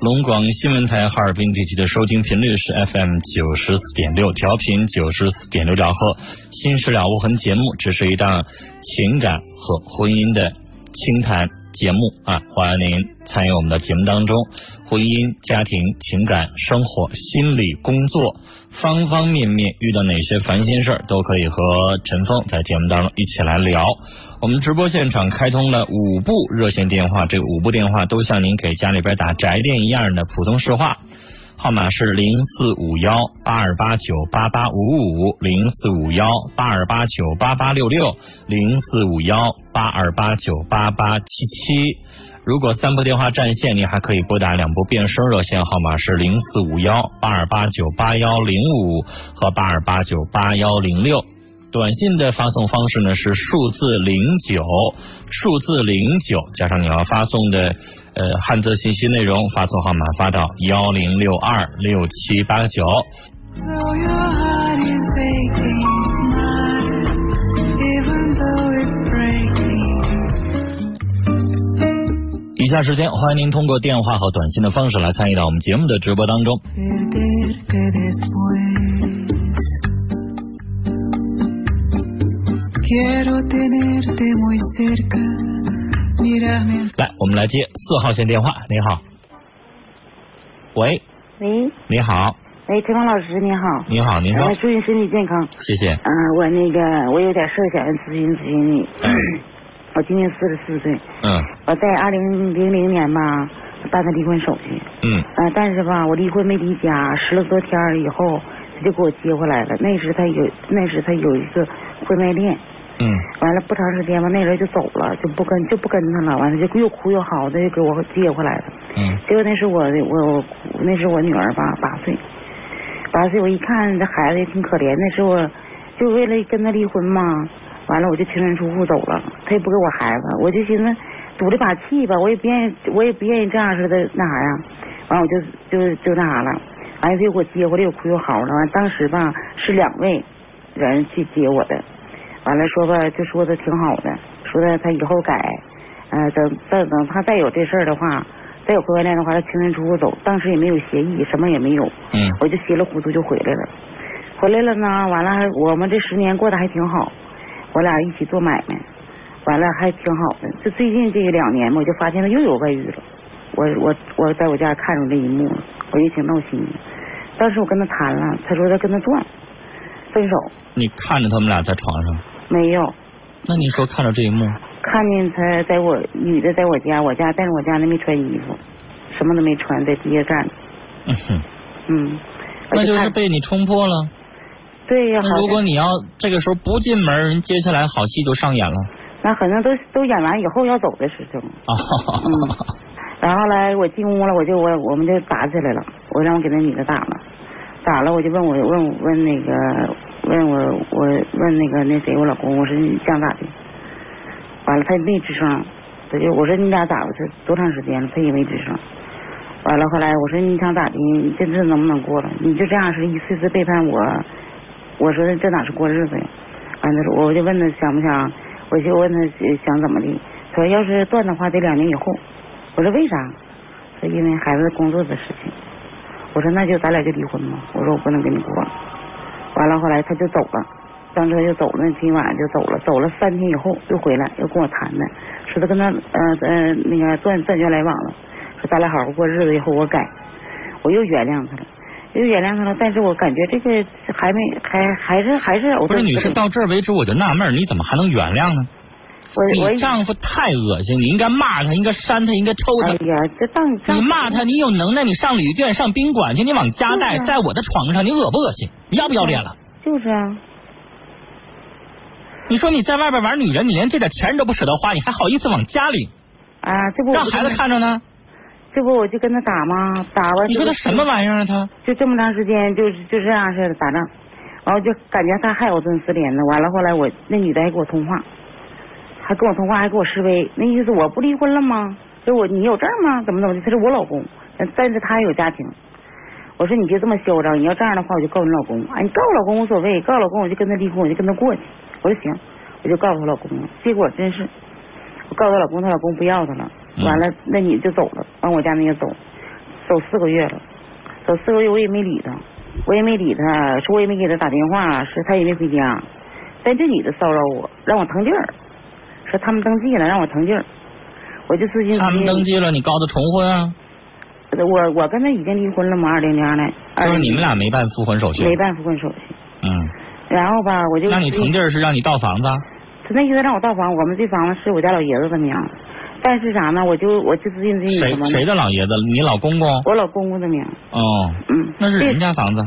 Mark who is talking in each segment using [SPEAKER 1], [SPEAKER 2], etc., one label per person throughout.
[SPEAKER 1] 龙广新闻台哈尔滨地区的收听频率是 FM 九十四点六，调频九十四点六兆赫。新事了无痕节目，这是一档情感和婚姻的清谈节目啊，欢迎您参与我们的节目当中，婚姻、家庭、情感、生活、心理、工作方方面面，遇到哪些烦心事儿都可以和陈峰在节目当中一起来聊。我们直播现场开通了五部热线电话，这五部电话都像您给家里边打宅电一样的普通市话，号码是零四五幺八二八九八八五五、零四五幺八二八九八八六六、零四五幺八二八九八八七七。如果三部电话占线，您还可以拨打两部变声热线号码是零四五幺八二八九八幺零五和八二八九八幺零六。短信的发送方式呢是数字零九，数字零九加上你要发送的呃汉字信息内容，发送号码发到幺零六二六七八九。
[SPEAKER 2] Though your heart is aching, smile, even though it's breaking.
[SPEAKER 1] 以下时间，欢迎您通过电话和短信的方式来参与到我们节目的直播当中。
[SPEAKER 2] Perderte después. Quiero tenerte muy cerca, mirarme en
[SPEAKER 1] 来，我们来接四号线电话。你好，喂，
[SPEAKER 3] 喂
[SPEAKER 1] 你好，
[SPEAKER 3] 喂，陈光老师你好，
[SPEAKER 1] 你好，您说
[SPEAKER 3] 呃，祝你身体健康。
[SPEAKER 1] 谢谢。
[SPEAKER 3] 嗯、我那个我有点事儿想咨询咨询你。
[SPEAKER 1] 哎
[SPEAKER 3] 我今年四十四岁，
[SPEAKER 1] 嗯
[SPEAKER 3] 我在二零零零年吧办的离婚手续，
[SPEAKER 1] 嗯
[SPEAKER 3] 呃，但是吧我离婚没离家，十来多天儿以后他就给我接回来了。那时他有那时他有一个婚外恋，
[SPEAKER 1] 嗯
[SPEAKER 3] 完了不长时间吧那人就走了，就不跟就不跟他了，完了就又哭又嚎的又给我接回来了。
[SPEAKER 1] 嗯
[SPEAKER 3] 结果那时我我我那时我女儿吧八岁，八岁我一看这孩子也挺可怜，那时我就为了跟他离婚嘛，完了我就净身出户走了，他也不给我孩子，我就寻思赌这把气吧，我也不愿意我也不愿意这样似的那啥呀，完了我就就就那啥了，完了他又给我接回来又哭又嚎了，完了当时吧是两位人去接我的，完了说吧就说的挺好的，说的他以后改，呃等等等他再有这事儿的话。再有婚外恋的话，他清身出户走，当时也没有协议，什么也没有，
[SPEAKER 1] 嗯
[SPEAKER 3] 我就稀里糊涂就回来了。回来了呢，完了还我们这十年过得还挺好，我俩一起做买卖，完了还挺好的。就最近这两年嘛，我就发现他又有外遇了，我我我在我家看着这一幕了，我也挺闹心的。当时我跟他谈了，他说他跟他断，分手
[SPEAKER 1] 你看着他们俩在床上，
[SPEAKER 3] 没有，
[SPEAKER 1] 那你说看着这一幕，
[SPEAKER 3] 看见他在我女的在我家，我家但是我家那没穿衣服，什么都没穿，在地下站着，
[SPEAKER 1] 嗯哼，
[SPEAKER 3] 嗯。我
[SPEAKER 1] 那就
[SPEAKER 3] 看
[SPEAKER 1] 是被你冲破了。
[SPEAKER 3] 对呀，好
[SPEAKER 1] 那如
[SPEAKER 3] 像
[SPEAKER 1] 果你要这个时候不进门，人接下来好戏就上演了
[SPEAKER 3] 那可能都都演完以后要走的事情。
[SPEAKER 1] 啊。
[SPEAKER 3] 嗯然后来我进屋了，我就我我们就打起来了，我让我给那女的打了，打了我就问我问问那个问我我问那个那谁我老公我说你想咋的？完了他也没吱声，他就我说你俩打过去多长时间了？他也没吱声。完了后来我说你想咋的？你这日子能不能过了？你就这样是一次次背叛我，我说这哪是过日子呀？完了他说我就问他想不想，我就问他呃想怎么的？他说要是断的话得两年以后。我说为啥？他说因为孩子工作的事情。我说那就咱俩就离婚吧。我说我不能跟你过了。完了后来他就走了，当时他就走了，那天晚上就走了，走了三天以后又回来又跟我谈呢，说他跟他呃呃那个断断绝来往了，说咱俩好好过日子以后我改，我又原谅他了。又原谅他了，但是我感觉这个还没还还是还是 我
[SPEAKER 1] 不是女士，
[SPEAKER 3] 我
[SPEAKER 1] 到这儿为止我就纳闷儿，你怎么还能原谅呢？
[SPEAKER 3] 我
[SPEAKER 1] 你丈夫太恶心，你应该骂他，应该扇他，应该抽
[SPEAKER 3] 哎
[SPEAKER 1] 他。
[SPEAKER 3] 呀，这当当
[SPEAKER 1] 你骂他，你有能耐，你上旅店、上宾馆去，你往家带，
[SPEAKER 3] 对啊
[SPEAKER 1] 在我的床上，你恶不恶心？你要不要脸了？
[SPEAKER 3] 就是啊，
[SPEAKER 1] 你说你在外边玩女人，你连这点钱都不舍得花，你还好意思往家里
[SPEAKER 3] 啊，这不我
[SPEAKER 1] 让
[SPEAKER 3] 就
[SPEAKER 1] 孩
[SPEAKER 3] 跟
[SPEAKER 1] 子
[SPEAKER 3] 他
[SPEAKER 1] 看着呢？
[SPEAKER 3] 这不我就跟他打吗？打完
[SPEAKER 1] 你说他什么玩意儿啊？他
[SPEAKER 3] 就这么长时间，就是就这样似的打仗，然后就感觉他还有顿失联呢。完了后来我那女的还给我通话，还跟我通话，还给我示威，那意思我不离婚了吗？就我你有证吗？怎么怎么的？他是我老公，但是他也有家庭。我说你别这么嚣张，你要这样的话我就告你老公。哎，你告我老公无所谓，告我老公我就跟他离婚，我就跟他过去。我说行，我就告诉我老公了。结果真是，我告诉我老公，他老公不要他了。
[SPEAKER 1] 嗯
[SPEAKER 3] 完了，那女的就走了，完我家那个走。走四个月了，走四个月我也没理他，我也没理他，说我也没给他打电话，是他也没回家。但这女的骚扰我，让我腾劲儿，说他们登记了，让我腾劲儿，我就私心
[SPEAKER 1] 他们登记了，你告他重婚啊？
[SPEAKER 3] 我我跟他已经离婚了嘛，二零零二年，
[SPEAKER 1] 就
[SPEAKER 3] 二
[SPEAKER 1] 是
[SPEAKER 3] 零
[SPEAKER 1] 你们俩没办复婚手续。
[SPEAKER 3] 哎没办复婚手续。
[SPEAKER 1] 嗯，
[SPEAKER 3] 然后吧，我就
[SPEAKER 1] 那你腾劲儿是让你倒房子啊？
[SPEAKER 3] 他那意思让我倒房，我们这房子是我家老爷子他名儿，但是啥呢，我就我就咨询咨询
[SPEAKER 1] 谁
[SPEAKER 3] 什么
[SPEAKER 1] 谁
[SPEAKER 3] 呢？
[SPEAKER 1] 的老爷子？你老公公？
[SPEAKER 3] 我老公公的名儿，
[SPEAKER 1] 哦，
[SPEAKER 3] 嗯，
[SPEAKER 1] 那是人家房子。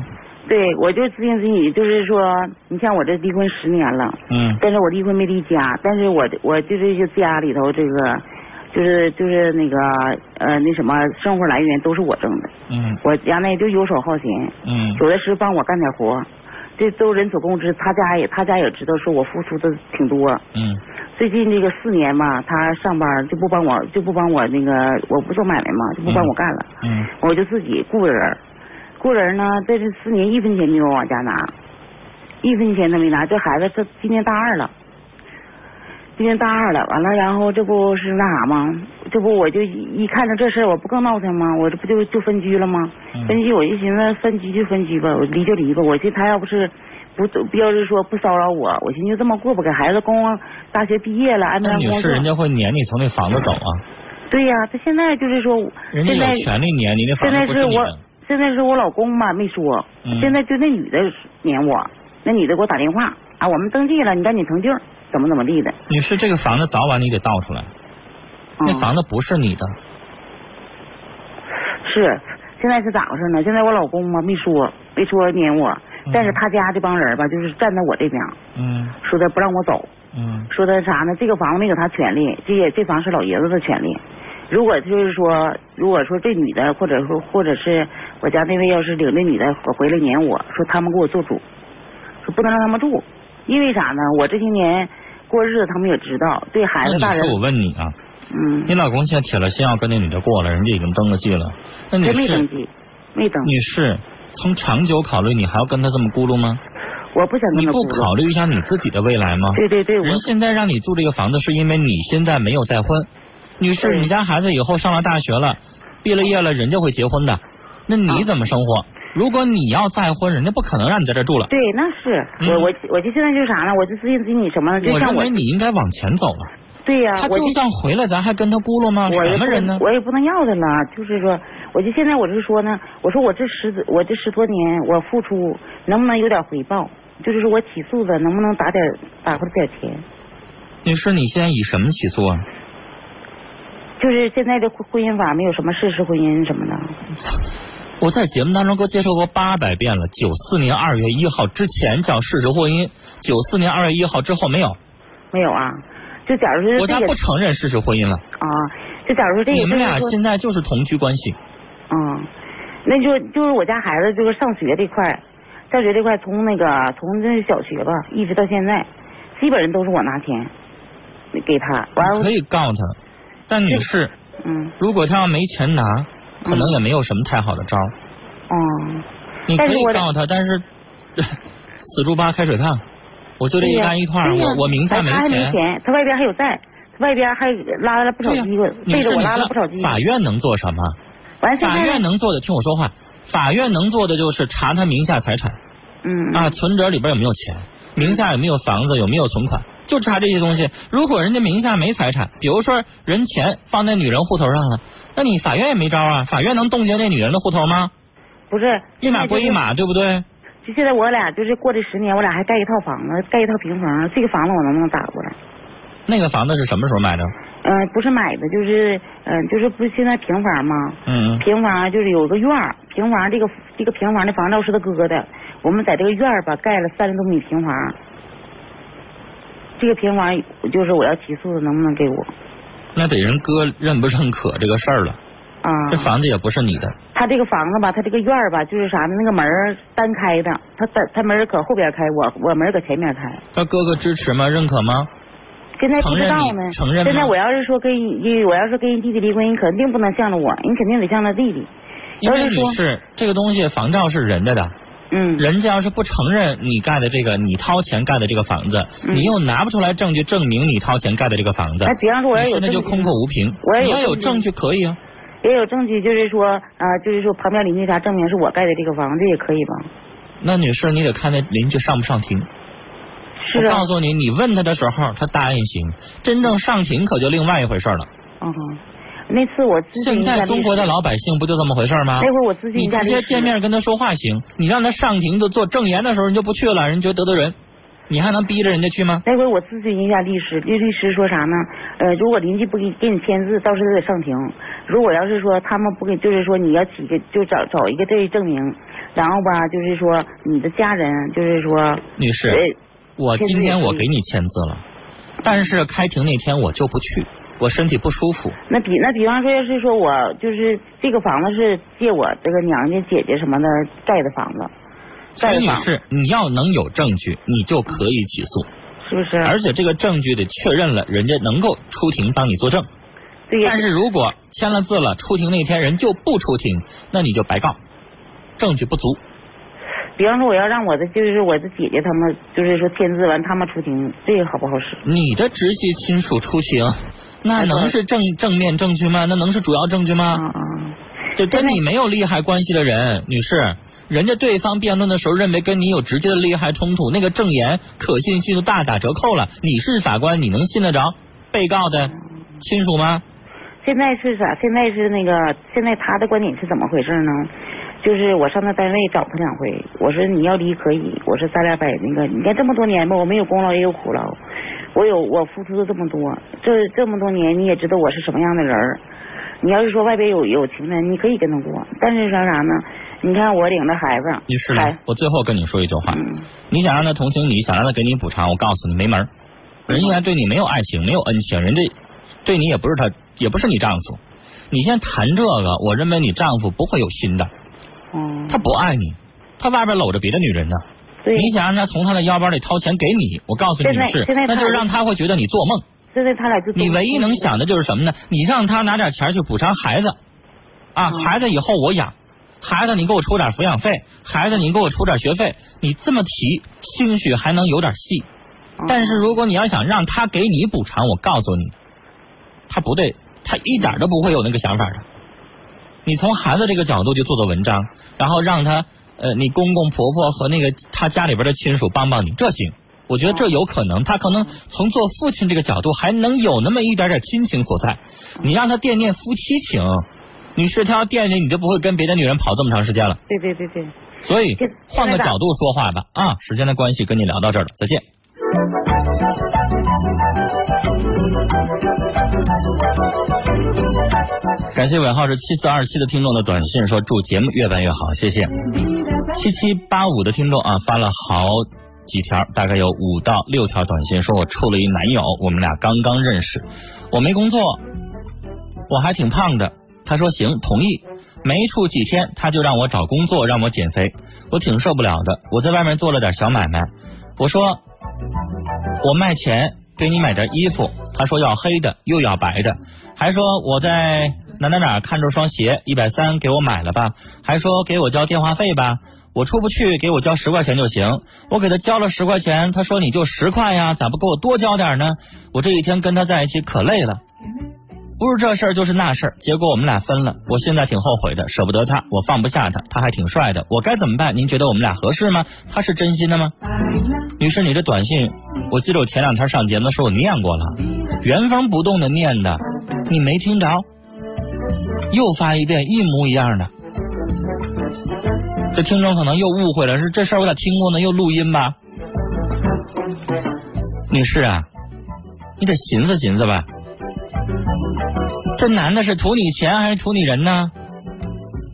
[SPEAKER 3] 对，对我就咨询咨询，就是说，你像我这离婚十年了，
[SPEAKER 1] 嗯
[SPEAKER 3] 但是我离婚没离家，但是我我就是就家里头这个，就是就是那个呃那什么生活来源都是我挣的，
[SPEAKER 1] 嗯
[SPEAKER 3] 我家那就游手好闲，
[SPEAKER 1] 嗯
[SPEAKER 3] 有的时候帮我干点活儿，这都人所共知，他家也他家也知道说我付出的挺多，
[SPEAKER 1] 嗯
[SPEAKER 3] 最近这个四年嘛，他上班就不帮我，就不帮我那个，我不做买卖嘛，就不帮我干了，
[SPEAKER 1] 嗯，
[SPEAKER 3] 我就自己雇人儿，雇人儿呢，在这四年一分钱没有往家拿，一分钱都没拿。这孩子他今年大二了，今年大二了，完了，然后这不是那啥吗？这不我就一一看着这事儿，我不更闹腾吗？我这不就就分居了吗？
[SPEAKER 1] 嗯
[SPEAKER 3] 分居我就寻思分居就分居吧，我离就离吧。我寻思他要不是不不要是说不骚扰我，我寻思就这么过吧，给孩子供大学毕业了，安排
[SPEAKER 1] 那
[SPEAKER 3] 上
[SPEAKER 1] 女
[SPEAKER 3] 工
[SPEAKER 1] 士
[SPEAKER 3] 作。
[SPEAKER 1] 人家会撵你从那房子走啊？
[SPEAKER 3] 对呀、他现在就是说，
[SPEAKER 1] 人家
[SPEAKER 3] 现在
[SPEAKER 1] 有权利撵你，那
[SPEAKER 3] 现
[SPEAKER 1] 房
[SPEAKER 3] 在
[SPEAKER 1] 子不
[SPEAKER 3] 是
[SPEAKER 1] 是你
[SPEAKER 3] 我
[SPEAKER 1] 的。，
[SPEAKER 3] 现在是我老公吧，没说。
[SPEAKER 1] 嗯
[SPEAKER 3] 现在就那女的撵我，那女的给我打电话啊，我们登记了，你赶紧腾劲儿，怎么怎么地的。
[SPEAKER 1] 女士，这个房子早晚你得倒出来，
[SPEAKER 3] 嗯、
[SPEAKER 1] 那房子不是你的。
[SPEAKER 3] 是，现在是咋回事呢？现在我老公嘛没说，没说撵我，
[SPEAKER 1] 嗯
[SPEAKER 3] 但是他家这帮人吧，就是站在我这边，
[SPEAKER 1] 嗯
[SPEAKER 3] 说的不让我走，
[SPEAKER 1] 嗯
[SPEAKER 3] 说的啥呢？这个房子没给他权利，这也这房是老爷子的权利。如果就是说，如果说这女的，或者说或者是我家那位，要是领这女的回来撵我说他们给我做主，说不能让他们住，因为啥呢？我这些年过日子，他们也知道，对孩子
[SPEAKER 1] 那
[SPEAKER 3] 大
[SPEAKER 1] 女
[SPEAKER 3] 人
[SPEAKER 1] 士，，我问你啊，你
[SPEAKER 3] 嗯，
[SPEAKER 1] 老公现在铁了心要跟那女的过了，人家已经登了记了。那女
[SPEAKER 3] 他没登
[SPEAKER 1] 士，
[SPEAKER 3] 记，没登，
[SPEAKER 1] 女士，从长久考虑，你还要跟他这么咕噜吗？
[SPEAKER 3] 我不想跟
[SPEAKER 1] 你
[SPEAKER 3] 他
[SPEAKER 1] 不
[SPEAKER 3] 过
[SPEAKER 1] 考虑一下你自己的未来吗？
[SPEAKER 3] 对对对，我
[SPEAKER 1] 人现在让你住这个房子，是因为你现在没有再婚。女士，
[SPEAKER 3] 对
[SPEAKER 1] 你家孩子以后上了大学了，毕了业了，人家会结婚的。那
[SPEAKER 3] 啊
[SPEAKER 1] 你怎么生活？如果你要再婚，人家不可能让你在这儿住了。
[SPEAKER 3] 对那是
[SPEAKER 1] 嗯
[SPEAKER 3] 我我我就现在就是啥呢？我就咨询咨询你什么呢？就
[SPEAKER 1] 我
[SPEAKER 3] 像
[SPEAKER 1] 认
[SPEAKER 3] 我
[SPEAKER 1] 为你应该往前走了。
[SPEAKER 3] 对呀、
[SPEAKER 1] 他
[SPEAKER 3] 我
[SPEAKER 1] 就
[SPEAKER 3] 就
[SPEAKER 1] 算回来，咱还跟他咕噜吗？
[SPEAKER 3] 我
[SPEAKER 1] 什
[SPEAKER 3] 也不
[SPEAKER 1] 么
[SPEAKER 3] 能
[SPEAKER 1] 人呢？
[SPEAKER 3] 我也不能要他了，就是说，我就现在我是说呢，我说我这十多我这十多年我付出能不能有点回报？就是说我起诉的能不能打点打回点钱？
[SPEAKER 1] 女士，你现在以什么起诉啊？
[SPEAKER 3] 就是现在的婚婚姻法没有什么事实婚姻什么的，
[SPEAKER 1] 我在节目当中给我介绍过八百遍了，九四年二月一号之前叫事实婚姻，九四年二月一号之后没有，
[SPEAKER 3] 没有啊。就假如说
[SPEAKER 1] 国家
[SPEAKER 3] 这个
[SPEAKER 1] 不承认事实婚姻了。
[SPEAKER 3] 啊，就假如说这个
[SPEAKER 1] 你们俩
[SPEAKER 3] 就是说
[SPEAKER 1] 现在就是同居关系，
[SPEAKER 3] 嗯，那就就是我家孩子就是上学这块儿，上学这块儿从那个从那小学吧一直到现在，基本上都是我拿钱给他，完了
[SPEAKER 1] 可以告他。但女士，
[SPEAKER 3] 嗯
[SPEAKER 1] 如果他要没钱拿，可能也没有什么太好的招儿。
[SPEAKER 3] 嗯
[SPEAKER 1] 你可
[SPEAKER 3] 但是
[SPEAKER 1] 以
[SPEAKER 3] 我
[SPEAKER 1] 告他，但 是死猪扒开水烫，我就这一干一块儿，
[SPEAKER 3] 对呀
[SPEAKER 1] 我我名下
[SPEAKER 3] 哎
[SPEAKER 1] 没
[SPEAKER 3] 他还没
[SPEAKER 1] 钱。
[SPEAKER 3] 钱，他外边还有债，他外边还拉了不少
[SPEAKER 1] 对呀
[SPEAKER 3] 鸡巴，背
[SPEAKER 1] 女士，你
[SPEAKER 3] 着我
[SPEAKER 1] 知
[SPEAKER 3] 拉了
[SPEAKER 1] 道
[SPEAKER 3] 不少鸡巴
[SPEAKER 1] 法。院能做什么？
[SPEAKER 3] 完现
[SPEAKER 1] 法
[SPEAKER 3] 在
[SPEAKER 1] 院能做的，听我说话。法院能做的就是查他名下财产
[SPEAKER 3] 嗯
[SPEAKER 1] 啊，存折里边有没有钱，名下有没有房子，有没有存款，就查这些东西。如果人家名下没财产，比如说人钱放在女人户头上了，那你法院也没招啊，法院能冻结那女人的户头吗？
[SPEAKER 3] 不是
[SPEAKER 1] 一码归一。码，对不对？
[SPEAKER 3] 就现在我俩就是过这十年，我俩还盖一套房子，盖一套平房，这个房子我能不能打过来？
[SPEAKER 1] 那个房子是什么时候买的？
[SPEAKER 3] 嗯、不是买的，就是嗯、就是不是现在平房吗？
[SPEAKER 1] 嗯
[SPEAKER 3] 平房就是有个院儿，平房这个这个平房的房照是他哥的，我们在这个院儿吧盖了三十多米平房，这个平房就是我要起诉的，能不能给我？
[SPEAKER 1] 那得人哥认不认可这个事儿了。
[SPEAKER 3] 啊，
[SPEAKER 1] 这房子也不是你的，
[SPEAKER 3] 他这个房子吧，他这个院儿吧，就是啥呢？那个门儿单开的，他他他门儿搁后边开，我我门儿搁前面开。
[SPEAKER 1] 他哥哥支持吗？认可吗？
[SPEAKER 3] 现在不知道呢。
[SPEAKER 1] 承认你承认吗
[SPEAKER 3] 现在我要是说跟你，我要是跟人弟弟离婚，你肯定不能向着我，你肯定得向着弟弟。
[SPEAKER 1] 因为
[SPEAKER 3] 要是
[SPEAKER 1] 女
[SPEAKER 3] 说
[SPEAKER 1] 士，这个东西房照是人家的，
[SPEAKER 3] 嗯，
[SPEAKER 1] 人家要是不承认你盖的这个你掏钱盖的这个房子，
[SPEAKER 3] 嗯哎
[SPEAKER 1] 你又拿不出来证据证明你掏钱盖的这个房子，
[SPEAKER 3] 那比方说我要
[SPEAKER 1] 你
[SPEAKER 3] 有
[SPEAKER 1] 现在就
[SPEAKER 3] 证据
[SPEAKER 1] 空口无凭
[SPEAKER 3] 我。也
[SPEAKER 1] 你
[SPEAKER 3] 有
[SPEAKER 1] 要有
[SPEAKER 3] 证
[SPEAKER 1] 证据
[SPEAKER 3] 据
[SPEAKER 1] 可以啊，
[SPEAKER 3] 也有证据，就是说啊、就是说旁边邻居啥证明是我盖的这个房，这也可以吧？
[SPEAKER 1] 那女士，你得看那邻居上不上庭。
[SPEAKER 3] 是
[SPEAKER 1] 我
[SPEAKER 3] 啊
[SPEAKER 1] 告，诉你，你问他的时候，他答应行；真正上庭可就另外一回事了。
[SPEAKER 3] 嗯，那次我咨
[SPEAKER 1] 现
[SPEAKER 3] 询一下
[SPEAKER 1] 在
[SPEAKER 3] 律
[SPEAKER 1] 中国的
[SPEAKER 3] 师
[SPEAKER 1] 老百姓不就这么回事吗？
[SPEAKER 3] 那会儿我咨询
[SPEAKER 1] 你
[SPEAKER 3] 一下
[SPEAKER 1] 直
[SPEAKER 3] 律
[SPEAKER 1] 接
[SPEAKER 3] 师，
[SPEAKER 1] 见面跟他说话行，你让他上庭就做证言的时候，你就不去了，人觉得得罪人，你还能逼着人家去吗？
[SPEAKER 3] 那回我咨询一下律师，律律师说啥呢？呃，如果邻居不给给你签字，到时候得上庭。如果要是说他们不给，就是说你要起个就找找一个这证明，然后吧，就是说你的家人，就是说，
[SPEAKER 1] 女士，
[SPEAKER 3] 呃，
[SPEAKER 1] 我
[SPEAKER 3] 签字
[SPEAKER 1] 今天
[SPEAKER 3] 也
[SPEAKER 1] 我
[SPEAKER 3] 可以
[SPEAKER 1] 给你签字了，但是开庭那天我就不去，我身体不舒服。
[SPEAKER 3] 那比那比方说，要是说我就是这个房子是借我这个娘家姐姐什么的盖的房子，
[SPEAKER 1] 所
[SPEAKER 3] 盖
[SPEAKER 1] 以
[SPEAKER 3] 的
[SPEAKER 1] 女
[SPEAKER 3] 房子
[SPEAKER 1] 士，你要能有证据，你就可以起诉，
[SPEAKER 3] 是不是？
[SPEAKER 1] 而且这个证据得确认了，人家能够出庭帮你作证。
[SPEAKER 3] 对呀
[SPEAKER 1] 但，是如果签了字了，出庭那天人就不出庭，那你就白告，证据不足。
[SPEAKER 3] 比方说我要让我的就是我的姐姐他们就是说签字完他们出庭，这个好不好使？
[SPEAKER 1] 你的直系亲属出庭，那能是正正面证据吗？那能是主要证据
[SPEAKER 3] 啊
[SPEAKER 1] 吗？
[SPEAKER 3] 啊、嗯
[SPEAKER 1] 这跟你没有利害关系的人，女士，人家对方辩论的时候认为跟你有直接的利害冲突，那个证言可信性就大打折扣了。你是法官，你能信得着被告的亲属吗？
[SPEAKER 3] 现在是啥？现在是那个，现在他的观点是怎么回事呢？就是我上他单位找他两回，我说你要离可以，我说咱俩把那个，你看这么多年吧，我没有功劳也有苦劳，我有我付出了这么多，这这么多年你也知道我是什么样的人儿。你要是说外边有有情人，你可以跟他过，但是说啥呢？你看我领着孩子，
[SPEAKER 1] 女士
[SPEAKER 3] 孩，
[SPEAKER 1] 我最后跟你说一句话，
[SPEAKER 3] 嗯，
[SPEAKER 1] 你想让他同情你，想让他给你补偿，我告诉你没门儿。人家对你没有爱情，没有恩情，人家对你也不是他，也不是你丈夫。你先谈这个，我认为你丈夫不会有心的，
[SPEAKER 3] 嗯，
[SPEAKER 1] 他不爱你，他外边搂着别的女人呢。
[SPEAKER 3] 对，
[SPEAKER 1] 你想让他从他的腰包里掏钱给你，我告诉你
[SPEAKER 3] 现在
[SPEAKER 1] 女士，
[SPEAKER 3] 现在
[SPEAKER 1] 那
[SPEAKER 3] 他
[SPEAKER 1] 就是让他会觉得你做梦。
[SPEAKER 3] 现在他俩就
[SPEAKER 1] 你唯一能想的就是什么呢？你让他拿点钱去补偿孩子，啊，
[SPEAKER 3] 嗯
[SPEAKER 1] 孩子以后我养，孩子你给我出点抚养费，孩子你给我出点学费，你这么提，兴许还能有点戏。
[SPEAKER 3] 嗯，
[SPEAKER 1] 但是如果你要想让他给你补偿，我告诉你，他不对，他一点都不会有那个想法的。你从孩子这个角度去做做文章，然后让他呃，你公公婆婆和那个他家里边的亲属帮帮你，这行。我觉得这有可能，他可能从做父亲这个角度还能有那么一点点亲情所在。你让他惦念夫妻情，女士，他要惦念你就不会跟别的女人跑这么长时间了。
[SPEAKER 3] 对对对对。
[SPEAKER 1] 所以
[SPEAKER 3] 现
[SPEAKER 1] 换个
[SPEAKER 3] 现在
[SPEAKER 1] 角
[SPEAKER 3] 吧
[SPEAKER 1] 度说话吧啊！时间的关系，跟你聊到这儿了，再见。感谢尾号是七四二七的听众的短信说祝节目越办越好，谢谢。七七八五的听众啊发了好几条，大概有五到六条短信，说我处了一男友，我们俩刚刚认识，我没工作，我还挺胖的。他说行，同意。没处几天，他就让我找工作，让我减肥，我挺受不了的。我在外面做了点小买卖，我说我卖钱给你买点衣服，他说要黑的又要白的，还说我在哪哪哪看着双鞋一百三给我买了吧，还说给我交电话费吧。我出不去，给我交十块钱就行。我给他交了十块钱，他说你就十块呀，咋不给我多交点呢？我这一天跟他在一起可累了。不是这事儿就是那事儿，结果我们俩分了。我现在挺后悔的，舍不得他，我放不下他，他还挺帅的，我该怎么办？您觉得我们俩合适吗？他是真心的吗？女士，你这短信，我记得我前两天上节目的时候我念过了，原封不动的念的，你没听着？又发一遍一模一样的，这听众可能又误会了，是这事儿我咋听过呢？又录音吧？女士啊，你得寻思寻思吧。这男的是图你钱还是图你人呢？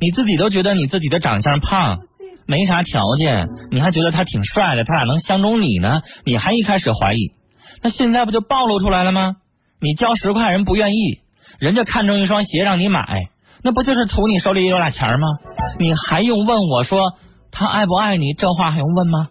[SPEAKER 1] 你自己都觉得你自己的长相胖，没啥条件，你还觉得他挺帅的，他咋能相中你呢？你还一开始怀疑，那现在不就暴露出来了吗？你交十块人不愿意，人家看中一双鞋让你买，那不就是图你手里有俩钱儿吗？你还用问我说他爱不爱你？这话还用问吗？